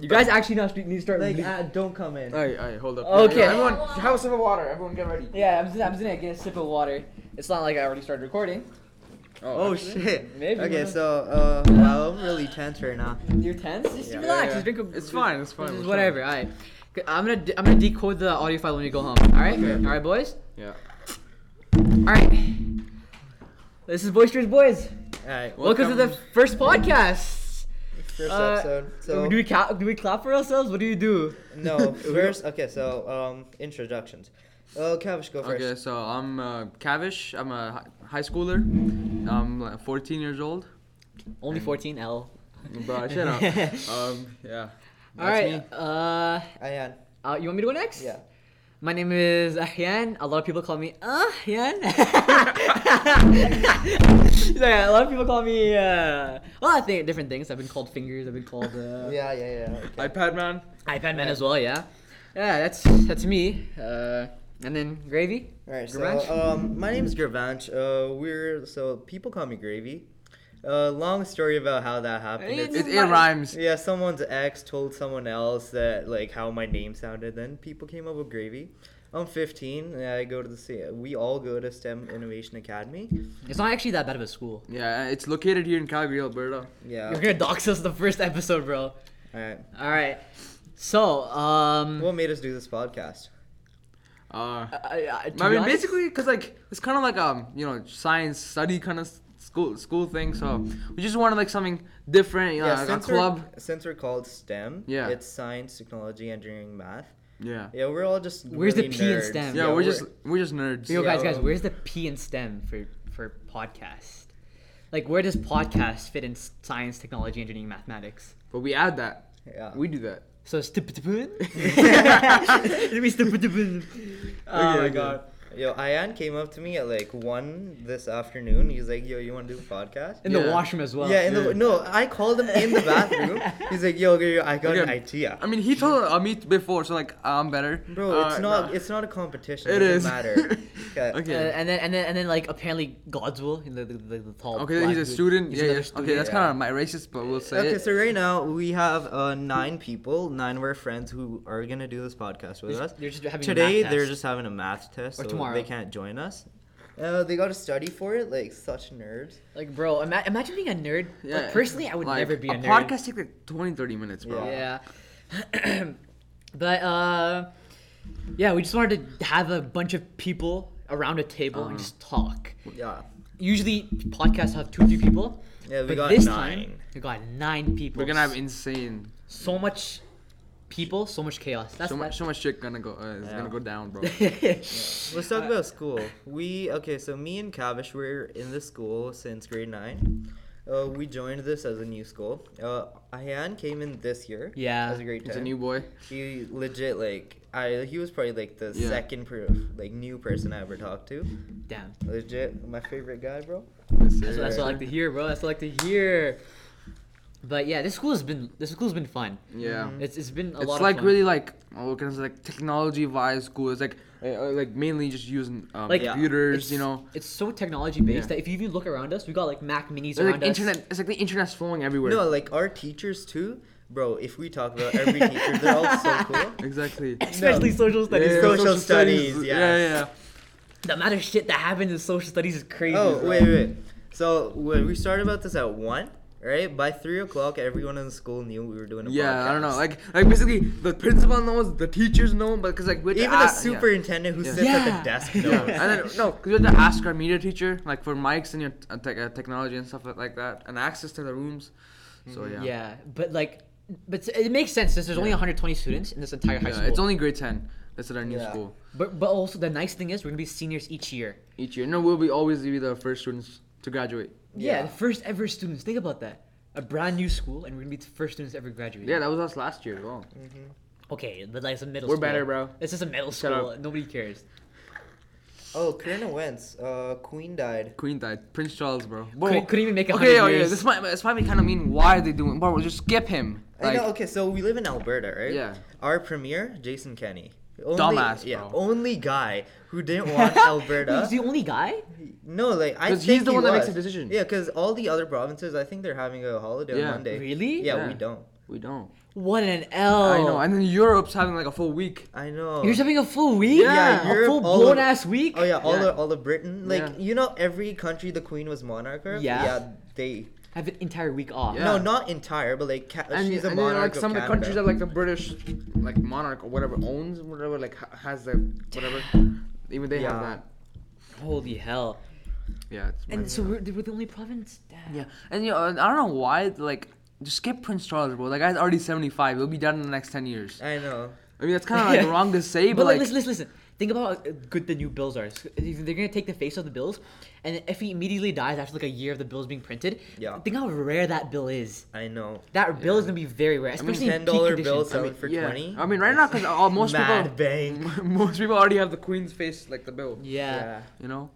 You guys actually not need to start. Like, le- uh, don't come in. Alright, alright, hold up. Okay. everyone, have a sip of water. Everyone, get ready. yeah, I'm just, I'm just gonna get a sip of water. It's not like I already started recording. Oh actually? shit. Maybe. Okay, so uh, wow, I'm really tense right now. You're tense. Just Yeah. relax. Yeah, yeah. Just drink a. It's fine, it's fine, Just we're whatever. All right. I'm gonna de- I'm gonna decode the audio file when you go home. All right. Okay. All right, boys. Yeah. All right. This is Boisterous Boys. Alright, Welcome, to the first podcast. first uh, episode. So do we ca- do we clap for ourselves? What do you do? no, first. Okay, so um, introductions. Oh, Kavish, go first. Okay, so I'm uh, Kavish. I'm a hi- high schooler. I'm like, 14 years old. Only 14 L. Bro, shut up. Um, yeah. That's All right. me. Uh, Ayan. uh, you want me to go next? Yeah. My name is Ahyan. A lot of people call me Ahyan. yeah, a lot of people call me uh, a lot of th- different things. I've been called fingers. I've been called uh, Yeah, yeah, yeah. Okay. iPad man. iPad man as well. Yeah, yeah. That's that's me. Uh, and then gravy. Alright, so Gurvanch? um, my name is Gurvanch. Uh, we're so people call me Gravy. Uh, long story about how that happened. It's- It, it rhymes. Yeah, someone's ex told someone else that like how my name sounded. Then people came up with gravy. I'm 15. And I go to the sa- we all go to STEM Innovation Academy. It's not actually that bad of a school. Yeah, it's located here in Calgary, Alberta. You're Yeah. gonna dox us the first episode, bro. all right. All right. So, um, What made us do this podcast? Uh, I, I, to be I mean, honest- basically, cause like it's kind of like um, you know, science study kind of school school thing. So we just wanted like something different, you know, like a since club. We're, since we're called STEM, Yeah. it's science, technology, engineering, math. Yeah. Yeah, we're all just Where's the really P in nerds. STEM? Yeah, Yeah, we're just we're just nerds. Yo, Yeah, guys, guys, well- where's the P in STEM for for podcast? Like, where does podcast fit in s- science, technology, engineering, mathematics? But we add that. Uh, Yeah. We do that. So stupid. Let me stupid. Oh my okay. god. Yo, Ayan came up to me at like one this afternoon. He's like, "Yo, you want to do a podcast?" In the Yeah. washroom as well. yeah, in yeah. the no, I called him in the bathroom. He's like, "Yo, yo, I got an Okay. idea." I mean, he told uh, me before, so like I'm better. Bro, Uh, it's not. nah. It's not a competition. It It doesn't is. matter. Okay. Uh, okay. and then and then and then like apparently Godswill, the, the, the, the tall. okay, black he's a dude. student. He's yeah, another yeah. student. Okay, that's yeah. kind of my racist, but we'll say Okay. it. So right now we have uh, nine people. Nine of our friends who are gonna do this podcast with They're us. just- they're just having a Today math they're test. just having a math test. Or so tomorrow. They can't join us. Uh, they got to study for it. Like such nerds. Like, bro, ima- imagine being a nerd. yeah. Like, personally, I would like, never be a, nerd. podcast takes like 20, 30 minutes, bro. Yeah. Yeah. but uh yeah, we just wanted to have a bunch of people around a table and just Uh-huh. talk. Yeah. Usually podcasts have two, three people. Yeah, we but got this time nine. we got nine people. We're gonna have insane. so much people, so much chaos. That's so that- much, so much shit gonna go. Uh, is Yeah. gonna go down, bro. Let's uh, talk about school. We okay. So me and Kavish were in this school since grade nine. Uh, we joined this as a new school. Uh, Ayan came in this year. Yeah. As a grade ten. He's a new boy. He legit like I he was probably like the Yeah. second per, like new person I ever talked to. Damn. Legit, my favorite guy, bro. That's, what- that's what I like to hear, bro. That's what I like to hear. But yeah, this school has been this school's been fun. Yeah. It's it's been Mm-hmm. a lot It's of like fun. really like oh, what can I say, like technology wise school. It's like uh, uh, like mainly just using um, Like, computers, it's, you know. it's so technology based Yeah. that if you even look around us, we got like Mac Minis It's like around us. internet. It's like the internet's flowing everywhere. No, like our teachers too, bro. If we talk about every teacher, they're all so cool. Exactly. especially social studies. yeah. bro. Social studies, yeah. Yeah, yeah. The amount of shit that happens in social studies is crazy. Oh bro. wait, wait. wait. So when we started about this at one, right? By three o'clock, everyone in the school knew we were doing a podcast. Yeah, I don't know. Like, like basically, the principal knows, the teachers know, but because like we had to even a- the superintendent who Yeah. sits at Yeah. the desk Yeah. knows. yeah. and then no, because we had to ask our media teacher like for mics and your t- uh, tech uh, technology and stuff like- like that, and access to the rooms. So Mm-hmm. yeah. Yeah. but like, but it makes sense since there's only 120 students in this entire high Yeah, school. it's only grade ten. That's at our new Yeah. school but but also the nice thing is we're gonna be seniors each year. each year. No, we'll be always be the first students to graduate. Yeah, Yeah. the first ever students. Think about that. A brand new school, and we're gonna be the first students to ever graduate. Yeah, that was us last year as well. Okay, but like it's a middle. We're school. better, bro. It's just a middle Shut school. up. Nobody cares. Oh, Karina Wentz, uh, Queen died. Queen died. Prince Charles, bro. Whoa. Couldn't- couldn't even make it Okay, 100 oh yeah, years. this might this might be kind of mean. Why are they doing? Bro, we'll just skip him. I Like, know. Okay, so we live in Alberta, right? Yeah. Our premier, Jason Kenny. Only, Dumbass, Yeah. bro. Only guy who didn't want Alberta. He's the only guy. no, like I 'Cause think he's the he one that makes was. the decision. Yeah, because all the other provinces, I think they're having a holiday Yeah. on Monday. Really? Yeah, Yeah. we don't. We don't. What an L. I know. And then Europe's having like a full week. I know. You're just having a full week? Yeah, a Europe, full all blown of- ass week? Oh yeah, all Yeah. the all of Britain, like Yeah. you know, every country the queen was monarch. of? Yeah. yeah, they. Have an entire week off. Yeah. No, not entire, but like ca- And, she's a and then, monarch like some of of the countries Canada. that like the British, like monarch or whatever owns whatever like ha- has the whatever, even they have Yeah. that. Holy hell. Yeah. It's And messed so up. we're, we're the only province? Damn. yeah, and you know, and I don't know why like. Just skip Prince Charles, bro. That guy's already 75. He'll be dead in the next 10 years. I know. I mean, that's kind of like Yeah. wrong to say, But, but, like, like, listen, listen, listen. Think about how good the new bills are. They're gonna take the face of the bills, and if he immediately dies after like a year of the bills being printed, Yeah. think how rare that bill is. I know. That bill is gonna be very rare, especially Ten in peak dollar condition. bills selling for yeah. twenty. I mean, right now, because uh, most people, Mad bank. most people already have the Queen's face like the bill. yeah. You know.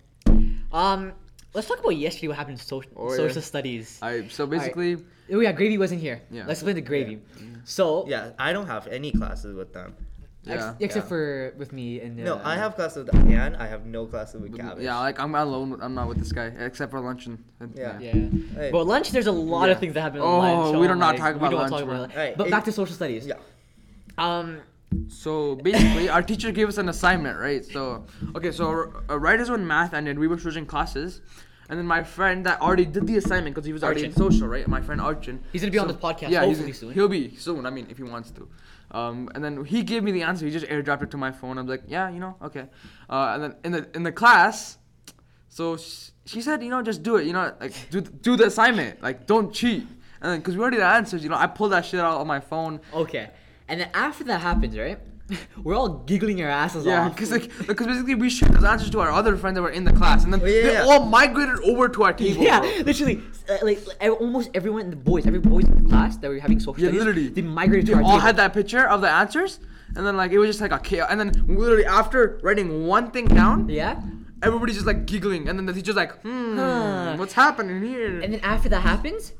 Um, let's talk about yesterday. What happened in social Oh, yeah. social studies? I so basically, Oh yeah, gravy wasn't here. Yeah. Mm. Let's explain the gravy. So Yeah, I don't have any classes with them. ex- yeah. except Yeah. for with me and No, uh, I have classes with Ayan. I have no classes with Cabbage. Yeah, like I'm alone. with- I'm not with this guy except for luncheon. And, Yeah. Yeah. But lunch, there's a lot of Yeah. things that happen. Oh, on lunch. we do not my- talk we about don't lunch, talk about bro. lunch. Alright, But it- back to social studies. Yeah. Um, So basically, our teacher gave us an assignment, right? So okay, so uh, right as when math ended, we were switching classes, and then my friend that already did the assignment because he was already in Arjun. social, right? My friend Arjun. He's gonna be on this podcast, Yeah, he's- hopefully soon. he'll be soon. I mean, if he wants to. Um, and then he gave me the answer. He just airdropped it to my phone. I'm like, yeah, you know, okay. Uh, and then in the in the class, so she, she said, you know, just do it. You know, like do do the assignment. Like don't cheat. And then because we already had answers, you know, I pulled that shit out on my phone. okay. And then after that happens, right? We're all giggling our asses Yeah, off. because like, because basically we shared those answers to our other friends that were in the class, and then Oh, yeah, they yeah. all migrated over to our table. Yeah, bro. literally, uh, like, like, ev- almost everyone, the boys, every boys in the class that we were having social Yeah, studies, literally. they migrated they to our all table. had that picture of the answers, and then like it was just like a chaos. And then literally after writing one thing down, yeah, everybody's just like giggling, and then the teacher's like, hmm, Huh. what's happening here? and then after that happens,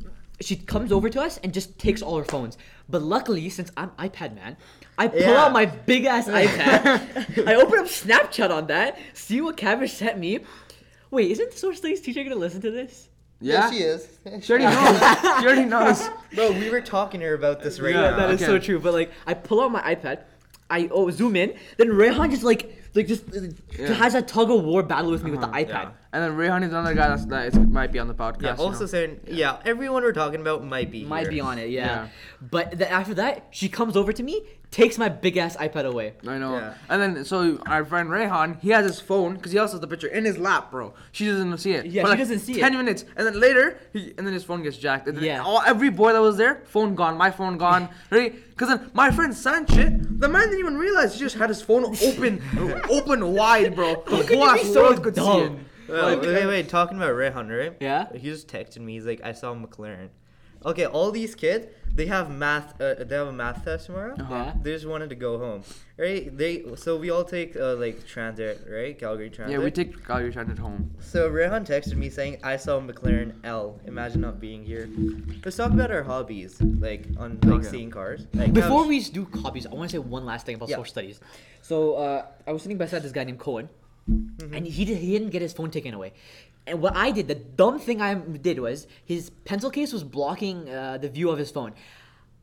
she comes over to us and just takes all our phones. But luckily, since I'm iPad man, I pull Yeah. out my big ass iPad, I open up Snapchat on that, see what Cabbage sent me. Wait, isn't the social studies teacher gonna listen to this? yeah, she is. She already knows. she already knows. Bro, we were talking to her about this right Yeah, now. That is so Okay. true. But like, I pull out my iPad, I oh zoom in, then Rehan just like like just uh, Yeah. Uh-huh. has a tug of war battle with me with the iPad. yeah. And then Rayhan is another guy that's, that is, might be on the podcast. yeah, also saying, yeah, everyone we're talking about might be Might here. be on it, yeah. Yeah. But then after that, she comes over to me, takes my big ass iPad away. I know. Yeah. And then, so our friend Rayhan, he has his phone because he also has the picture in his lap, bro. She doesn't see it. Yeah, For she like doesn't see it. Ten minutes, and then later, he, and then his phone gets jacked. And then Yeah. All, every boy that was there, phone gone, my phone gone, right? Because then my friend sent shit. The man didn't even realize he just had his phone open, open wide, bro. The How could whole you be ass so world could see it. dumb? Well, wait, wait, wait, talking about Rehan, right? Yeah. He just texted me. He's like, I saw McLaren. Okay, all these kids, they have math. Uh, they have a math test tomorrow. Yeah. They just wanted to go home, right? They so we all take uh, like transit, right? Calgary transit. Yeah, we take Calgary Transit home. So Rehan texted me saying, "I saw McLaren L. Imagine not being here." Let's talk about our hobbies, like on like Okay. seeing cars. Like, Before Kavish- we do copies, I want to say one last thing about Yeah. social studies. So uh, I was sitting beside this guy named Cohen, and he, did, he didn't get his phone taken away. And what I did, the dumb thing I did was his pencil case was blocking uh, the view of his phone.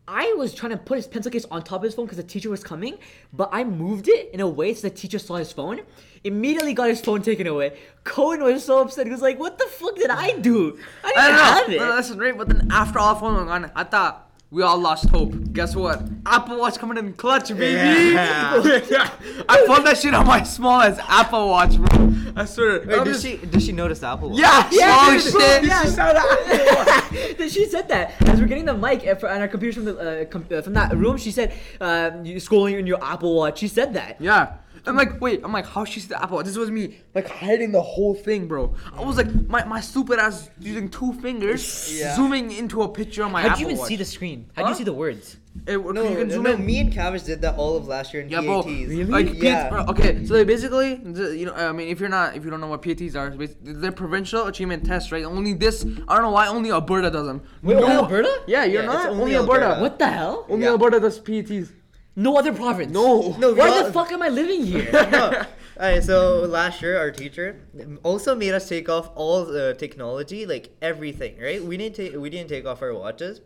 I was trying to put his pencil case on top of his phone because the teacher was coming, but I moved it in a way so the teacher saw his phone. Immediately got his phone taken away. Cohen was so upset. He was like, "What the fuck did I do? I didn't I have don't it." know. No, listen, right? But then after all phone went on, I thought we all lost hope. Guess what? Apple Watch coming in clutch, baby. Yeah. I found that shit on my smallest Apple Watch, bro. I swear. Wait, I'm did just- she did she notice Apple? Watch? Yeah. Yeah, oh dude, shit. yeah. She saw that. Then she said that as we're getting the mic and for- and our computers from the uh, com- uh, from that room. She said, uh, you "Scrolling in your Apple Watch." She said that. Yeah. I'm like, wait, I'm like, how she see the Apple Watch? This was me, like, hiding the whole thing, bro. I was like, my, my stupid ass using two fingers, Yeah. zooming into a picture on my How Apple do you even Watch. see the screen? How do you Huh? see the words? It, No, you can no, zoom no, in. me and Kavish did that all of last year in Yeah, bro. PATs. Like Yeah. PATs, bro, okay. So they basically, the- you know, I mean, if you're not, if you don't know what PATs are, it's basi- they're provincial achievement tests, right? Only this, I don't know why only Alberta does them. Wait, only Alberta? Yeah, you're Yeah, it's not. only Only, Alberta. Alberta. What the hell? Only Yeah. Alberta does PATs. No other province. No. No, we Why all- the fuck am I living here? no. Alright, so last year our teacher also made us take off all the technology, like everything, right? We didn't take we didn't take off our watches.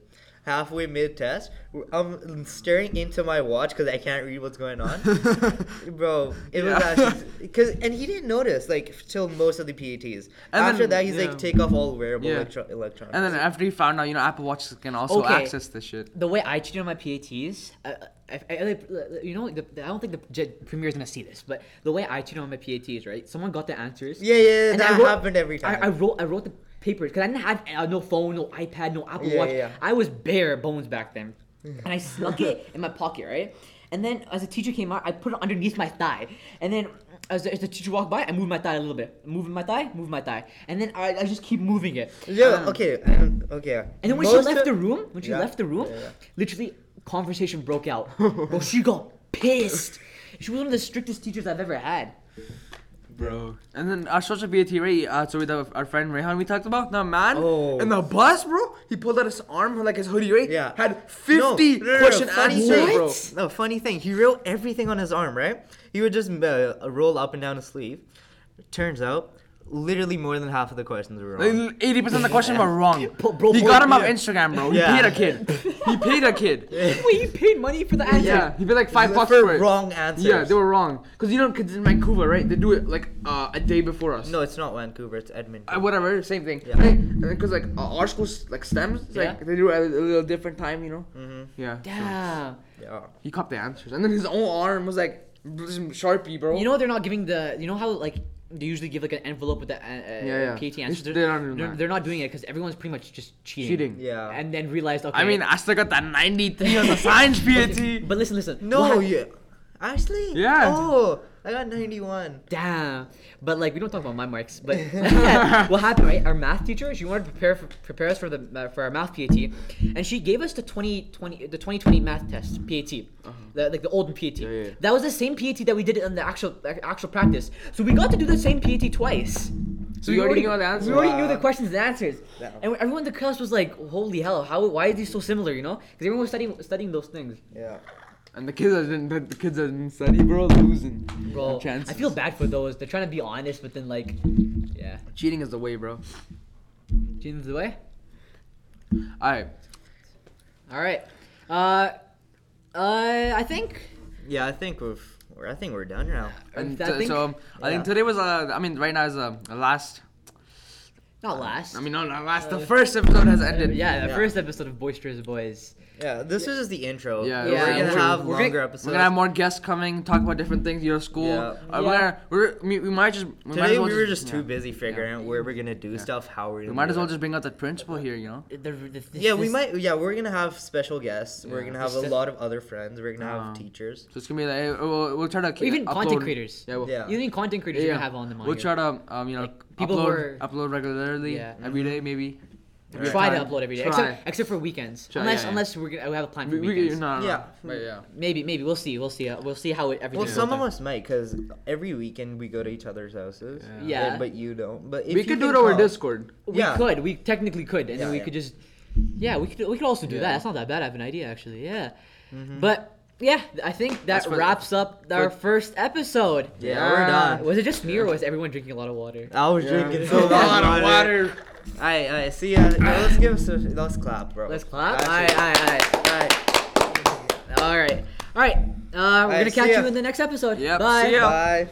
halfway mid test. I'm staring into my watch because I can't read what's going on. Bro, it was Yeah. actually because and he didn't notice like till most of the PETs. And After then- that, he's like yeah. take off all wearable Yeah. electro- electronics. And then after he found out, you know, Apple Watch can also Okay. access this shit. The way I cheated on my PATs, I, uh, I, I, I- you know, the, I don't think the J- premier is gonna see this, but the way I cheated on my PATs, right? Someone got the answers. yeah, yeah, And I that wrote- happened every I, time. I wrote I wrote the paper because I didn't have uh, no phone, no iPad, no Apple Yeah, Watch. yeah. Mm. I was bare bones back then, and I snuck it in my pocket, right? And then as the teacher came out, I put it underneath my thigh, and then as the, as the teacher walked by, I moved my thigh a little bit, moving my thigh, moving my thigh, and then I, I just keep moving it. yeah, okay, um, okay. And then when Most she left of- the room, when she Yeah, left the room, yeah, yeah. literally conversation broke out. Bro, she got pissed. She was one of the strictest teachers I've ever had. Bro. And then our social BAT Ray, uh, so with our, our friend Rayhan we talked about, the man Oh. in the bus, bro, he pulled out his arm from like his hoodie, right? Yeah. Had 50 no, no, no, question funny answers, thing. bro. No, funny thing. He wrote everything on his arm, right? He would just uh, roll up and down his sleeve. Turns out, literally more than half of the questions were wrong. Like, 80% of the questions were wrong. Bro, bro, he got him off yeah. Instagram, bro. He Yeah. paid a kid. he paid a kid. Wait, you paid money for the answer? Yeah, he paid like five For bucks for it. wrong answers. Yeah, they were wrong. Cause you know, cause in Vancouver, right? They do it like uh, a day before us. No, it's not Vancouver. It's Edmonton. Uh, whatever, same thing. Yeah. Because like uh, our school's like stems, it's like Yeah. they do it at a little different time, you know. Mm-hmm. Yeah. so Damn. yeah. He caught the answers, and then his own arm was like some sharpie, bro. You know they're not giving the. You know how like they usually give like an envelope with the uh, uh, yeah. PAT It's- answers. they're not doing they're, that. they're not doing it because everyone's pretty much just cheating. Cheating. Yeah. And then realized okay. I mean, I still got that 93 on the science PAT. but listen, listen. No, what hap- yeah. Ashley? Yeah. Oh, I got 91. Damn. But like we don't talk about my marks. But what happened? Right, our math teacher she wanted to prepare for, prepare us for the uh, for our math PAT, and she gave us the 2020 the 2020 math test PAT, the, like the old PAT. Uh-huh. yeah. That was the same PAT that we did in the actual actual practice. So we got to do the same PAT twice. so you already know the We answer. already knew Wow. the questions and answers, Yeah. and everyone in the class was like, "Holy hell! How? Why are these so similar?" You know, because everyone was studying studying those things. Yeah. And the kids that didn't, the, the kids that didn't study, bro, losing. Bro, chances. I feel bad for those. They're trying to be honest, but then like, yeah, Cheating is the way, bro. Jin's the way. All right. All right, uh, uh, I think. Yeah, I think we've. we're- I think we're done now. And I t- think- so um, I think Yeah. today was uh, I mean, right now is uh, the last. Not last. Uh, I mean, no, not last. the first episode has Uh, ended. yeah, the Yeah. first episode of Boisterous Boys. Yeah, this is just the intro. Yeah, Yeah, we're gonna we're- have we're gonna- longer episodes. We're gonna have more guests coming, talk about different things. Your school. Yeah. Uh, Yeah. We're gonna. We're, we, we might just. We might Today as well we were just yeah. too busy figuring out where we're gonna do stuff, how we're gonna We might do as well it. just bring out the principal here, you know. The- the- the- Yeah, we this- might. Yeah, we're gonna have special guests. We're Yeah. gonna have a Just- lot of other friends. We're gonna Um, have teachers. So it's gonna be like eh, we'll, we'll try to Or even upload- content creators. Yeah, we'll, Yeah. You need content creators you're gonna have on the We'll monitor. try to um you know Like, people who upload are- upload regularly Yeah. every Mm-hmm. day maybe. Right. Try to upload every day, Try. except except for weekends. Try, unless yeah, yeah. unless we're gonna, we have a plan for we, we, weekends. no, no, Yeah. No. But yeah. Maybe, maybe we'll see. We'll see. Uh, we'll see how it, everything. Well, goes some of down. us might, cause every weekend we go to each other's houses. Yeah. Yeah. but- But you don't. But if we you could do can it over come- Discord. we yeah. could. We technically could, and then Yeah, we yeah. could just. Yeah, we could. We could also do that. Yeah. That's not that bad. I have an idea actually. Yeah, Mm-hmm. but yeah, I think that That's for- wraps up our first episode. Yeah, Yeah. we're done. Was it just me or was everyone drinking a lot of water? I was drinking so much water. Alright, alright. See ya. Now let's give us. A, let's clap, bro. Let's clap. All Alright, right, all right, all alright. right, all right, all right. Uh, we're right, gonna see catch ya. you in the next episode. Yep, Bye. see ya. Bye.